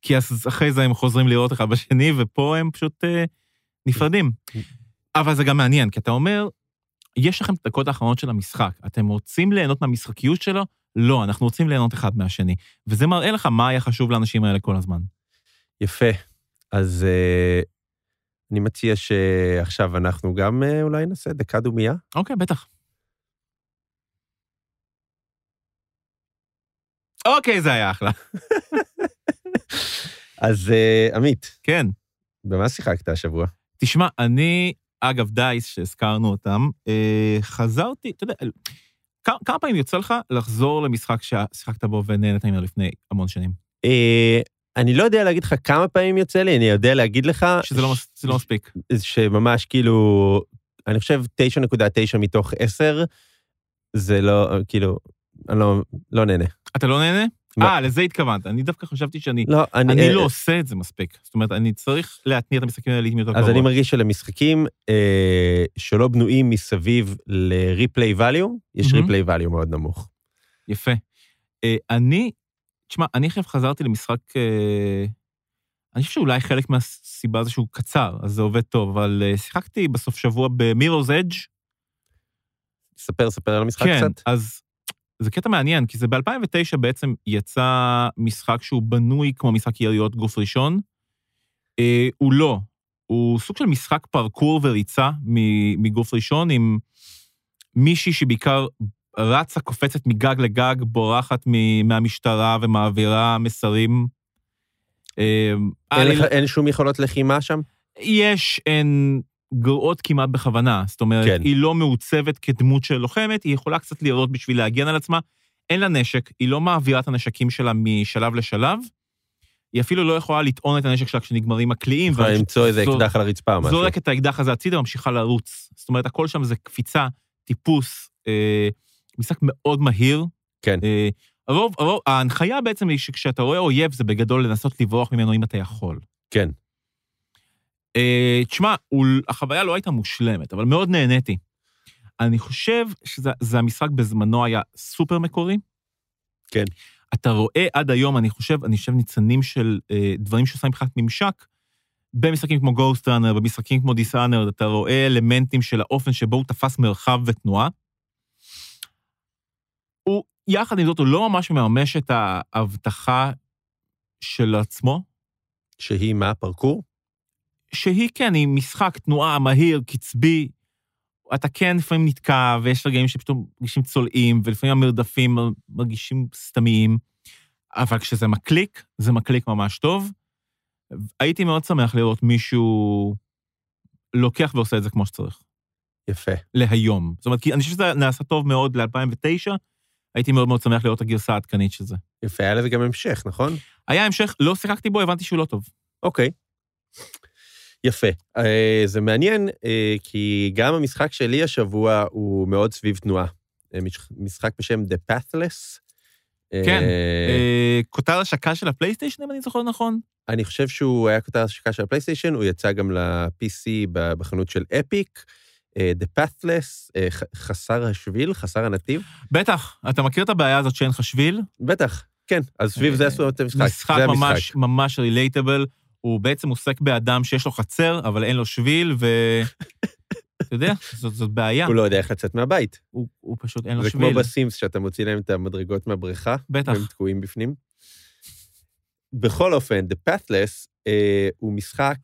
כי אז אחרי זה הם חוזרים לראות אחד בשני, ופה הם פשוט אה, נפרדים. אבל זה גם מעניין, כי אתה אומר, יש לכם את הדקות האחרונות של המשחק, אתם רוצים ליהנות מהמשחקיות שלו? לא, אנחנו רוצים ליהנות אחד מהשני. וזה מראה לך מה היה חשוב לאנשים האלה כל הזמן.
יפה. אז אה, אני מציע שעכשיו אנחנו גם אה, אולי נעשה דקה דומייה.
אוקיי, בטח. אוקיי, זה היה אחלה.
אז אה, עמית,
כן.
במה שיחקת השבוע?
תשמע, אני, אגב, דייס, שהזכרנו אותם, אה, חזרתי, אתה יודע, כמה, כמה פעמים יוצא לך לחזור למשחק ששיחקת בו ונהנית ממנו לפני המון שנים?
אה, אני לא יודע להגיד לך כמה פעמים יוצא לי, אני יודע להגיד לך...
שזה לא, מס- זה לא מספיק.
שממש כאילו, אני חושב 9.9 מתוך 10, זה לא, כאילו, אני לא, לא נהנה.
אתה לא נהנה?
לא.
אה, לזה התכוונת. אני דווקא חשבתי שאני...
לא, אני...
אני
אה,
לא עושה את זה מספיק. זאת אומרת, אני צריך להתניע את המשחקים האלה יותר קרוב.
אז אני מרגיש שלמשחקים אה, שלא בנויים מסביב ל-replay value, יש
מהמם.
replay value מאוד נמוך.
יפה. אה, אני, תשמע, אני עכשיו חזרתי למשחק, אה, אני חושב שאולי חלק מהסיבה זה שהוא קצר, אז זה עובד טוב, אבל אה, שיחקתי בסוף שבוע במירו's אדג'.
ספר, ספר על המשחק
כן,
קצת.
אז זה קטע מעניין, כי זה ב-2009 בעצם יצא משחק שהוא בנוי כמו משחק יריות גוף ראשון. אה, הוא לא, הוא סוג של משחק פרקור וריצה מ- מגוף ראשון עם מישהי שבעיקר רצה, קופצת מגג לגג, בורחת מ- מהמשטרה ומעבירה מסרים. אה,
אין,
על-
לך, אין שום יכולות לחימה שם?
יש הן גרועות כמעט בכוונה. זאת אומרת,
כן.
כן. היא לא מעוצבת כדמות של לוחמת, היא יכולה קצת לירות בשביל להגן על עצמה. אין לה נשק, היא לא מעבירה את הנשקים שלה משלב לשלב. היא אפילו לא יכולה לטעון את הנשק שלה כשנגמרים הקליעים.
יכולה
והנשק-
למצוא איזה
זו-
אקדח על הרצפה או משהו.
זורק את האקדח הזה הצידה וממשיכה לרוץ. זאת אומרת, הכל שם זה קפיצה, טיפוס, אה, משחק מאוד מהיר.
כן.
אה, הרוב, הרוב, ההנחיה בעצם היא שכשאתה רואה אויב, זה בגדול לנסות לברוח ממנו אם אתה יכול.
כן.
אה, תשמע, הוא- החוויה לא הייתה מושלמת, אבל מאוד נהניתי. אני חושב שזה זה המשחק בזמנו היה סופר מקורי.
כן.
אתה רואה עד היום, אני חושב, אני חושב ניצנים של אה, דברים שעושים מבחינת ממשק. במשחקים כמו Ghost Runner, במשחקים כמו Dishonored, אתה רואה אלמנטים של האופן שבו הוא תפס מרחב ותנועה. הוא, יחד עם זאת, הוא לא ממש מממש את ההבטחה של עצמו,
שהיא מה? פרקור?
שהיא כן, היא משחק תנועה מהיר, קצבי. אתה כן לפעמים נתקע, ויש רגעים שפתאום מרגישים צולעים, ולפעמים המרדפים מרגישים סתמיים, אבל כשזה מקליק, זה מקליק ממש טוב. הייתי מאוד שמח לראות מישהו לוקח ועושה את זה כמו שצריך,
יפה.
להיום. זאת אומרת, כי אני חושב שזה נעשה טוב מאוד ל-2009, הייתי מאוד מאוד שמח לראות את הגרסה העדכנית של זה.
יפה, היה לזה גם המשך, נכון?
היה המשך, לא שיחקתי בו, הבנתי שהוא לא טוב.
אוקיי. יפה. אה, זה מעניין, אה, כי גם המשחק שלי השבוע הוא מאוד סביב תנועה. אה, מש- משחק בשם The Pathless.
כן,
אה,
אה, כותר השקה של הפלייסטיישן, אם אני זוכר נכון?
אני חושב שהוא היה כותר השקה של הפלייסטיישן, הוא יצא גם ל-PC ב- בחנות של אפיק. אה, The Pathless, אה, ח- חסר השביל, חסר הנתיב.
בטח, אתה מכיר את הבעיה הזאת שאין לך שביל?
בטח, כן. אז סביב זה
אה,
עשו את המשחק.
משחק
זה המשחק.
ממש ממש רילייטבל, הוא בעצם עוסק באדם שיש לו חצר, אבל אין לו שביל, ו...
*laughs*
אתה יודע, זאת, זאת בעיה,
הוא לא יודע איך לצאת מהבית.
הוא, הוא פשוט אין לו
זה כמו כן.
שביל,
בסימס, שאתה מוציא להם את המדרגות מהבריכה.
בטח.
והם תקועים בפנים. בכל אופן, The Pathless אה, הוא משחק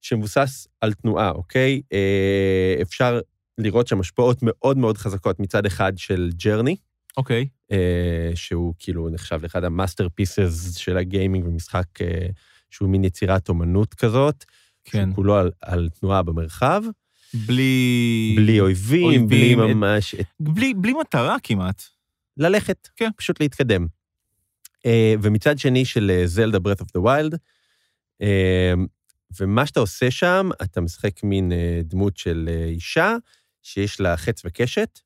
שמבוסס על תנועה, אוקיי? אה, אפשר לראות שם השפעות מאוד מאוד חזקות מצד אחד של ג'רני,
אוקיי,
אה, שהוא כאילו נחשב לאחד המאסטרפיסס של הגיימינג ומשחק אה, שהוא מין יצירת אומנות כזאת,
כן.
שהוא כולו על, על תנועה במרחב,
בלי...
בלי אויבים,
אויבים,
בלי
את-
ממש את
בלי... בלי מטרה כמעט.
ללכת,
כן.
פשוט להתקדם. אה, ומצד שני של אה, זלדה ברט אוף דה ויילד, אה, ומה שאתה עושה שם, אתה משחק מין אה, דמות של אה, אישה שיש לה חץ וקשת,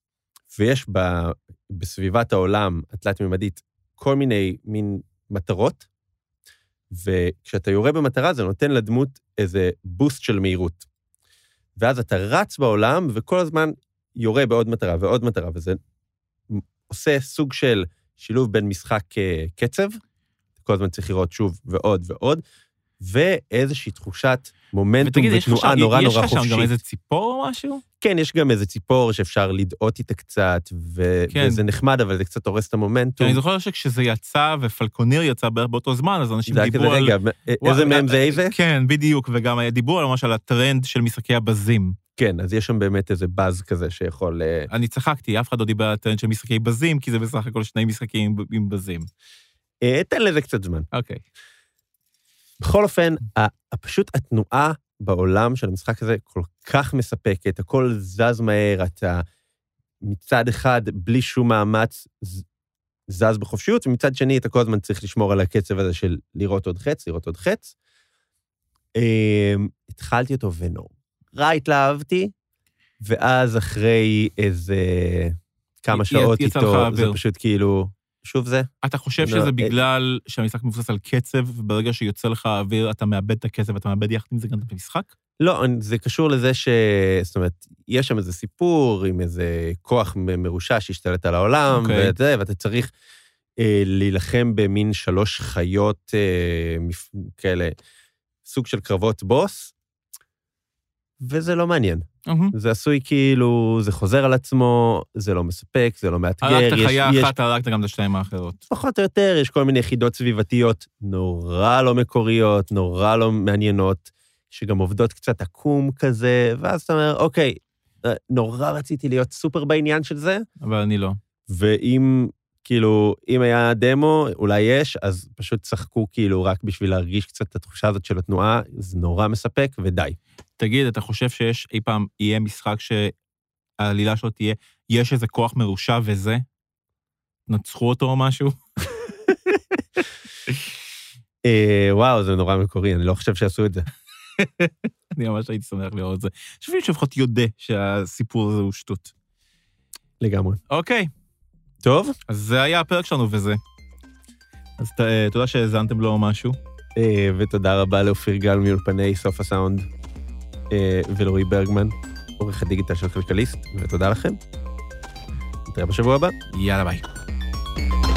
ויש בה, בסביבת העולם התלת-ממדית כל מיני מין מטרות, וכשאתה יורה במטרה זה נותן לדמות איזה בוסט של מהירות. ואז אתה רץ בעולם וכל הזמן יורה בעוד מטרה ועוד מטרה, וזה עושה סוג של שילוב בין משחק אה, קצב, כל הזמן צריך לראות שוב ועוד ועוד, ואיזושהי תחושת מומנטום
ותגיד, יש לך
ותנועה
שם-
נורא
יש
נורא
לך שם
חופשית.
גם איזה ציפור או משהו?
כן, יש גם איזה ציפור שאפשר לדאות איתה קצת, ו... כן.
כן.
וזה נחמד, אבל זה קצת הורס את
כי
המומנטום.
אני זוכר שכשזה יצא, ופלקוניר יצא בערך באותו זמן, אז אנשים
זה היה כזה,
דיברו על...
רגע,
וואי,
איזה מהם זה
אה,
איזה?
כן, בדיוק, וגם היה- דיברו על- ממש על הטרנד של משחקי הבזים.
כן, אז יש שם באמת איזה באז כזה שיכול... אה,
אני צחקתי, אף אחד לא דיבר על הטרנד של משחקי בזים, כי זה בסך הכל שני משחקים עם- עם בזים.
אה, תן לזה קצת זמן.
אוקיי.
בכל אופן, ה- ה- פשוט התנועה בעולם של המשחק הזה כל כך מספקת, הכל זז מהר, אתה מצד אחד, בלי שום מאמץ, ז- זז בחופשיות, ומצד שני אתה כל הזמן צריך לשמור על הקצב הזה של לראות עוד חץ, לראות עוד חץ. אה, התחלתי אותו ונורא התלהבתי, ואז אחרי איזה
י-
כמה שעות
יצא לך
איתו, זה
האוויר.
פשוט כאילו, שוב זה?
אתה חושב
לא,
שזה
אה-
בגלל שהמשחק מבוסס על קצב, וברגע שיוצא לך האוויר אתה מאבד את הקצב ואתה מאבד יחד עם זה גם את המשחק?
לא, אני- זה קשור לזה ש... זאת אומרת, יש שם איזה סיפור עם איזה כוח מ- מרושע שהשתלט על העולם,
אוקיי.
okay. וזה, ואתה צריך אה, להילחם במין שלוש חיות אה, מפ... כאלה, סוג של קרבות בוס, וזה לא מעניין.
אהה.
זה עשוי כאילו, זה חוזר על עצמו, זה לא מספק, זה לא מאתגר.
הרגת
יש-
חיה
יש
אחת, הרגת גם את השתיים האחרות.
פחות או יותר, יש כל מיני יחידות סביבתיות נורא לא מקוריות, נורא לא מעניינות, שגם עובדות קצת עקום כזה, ואז אתה אומר, אוקיי, אה, נורא רציתי להיות סופר בעניין של זה,
אבל אני לא.
ואם, כאילו, אם היה דמו, אולי יש, אז פשוט שחקו כאילו רק בשביל להרגיש קצת את התחושה הזאת של התנועה, זה נורא מספק, ודי.
תגיד, אתה חושב שיש אי פעם, יהיה משחק שהעלילה שלו תהיה, יש איזה כוח מרושע וזה? נצחו אותו או משהו? *laughs*
אה, וואו, זה נורא מקורי, אני לא חושב שעשו את זה. *laughs*
אני ממש הייתי שמח לראות את זה. שביל שלפחות יודה שהסיפור הזה הוא שטות.
לגמרי.
אוקיי,
טוב,
אז זה היה הפרק שלנו וזה. אז ת- אה, תודה שהאזנתם לו או משהו.
אה, ותודה רבה לאופיר גל מאולפני סוף הסאונד אה, ולרועי ברגמן, עורך הדיגיטל של כלכליסט, ותודה לכם. נתראה בשבוע הבא.
יאללה ביי.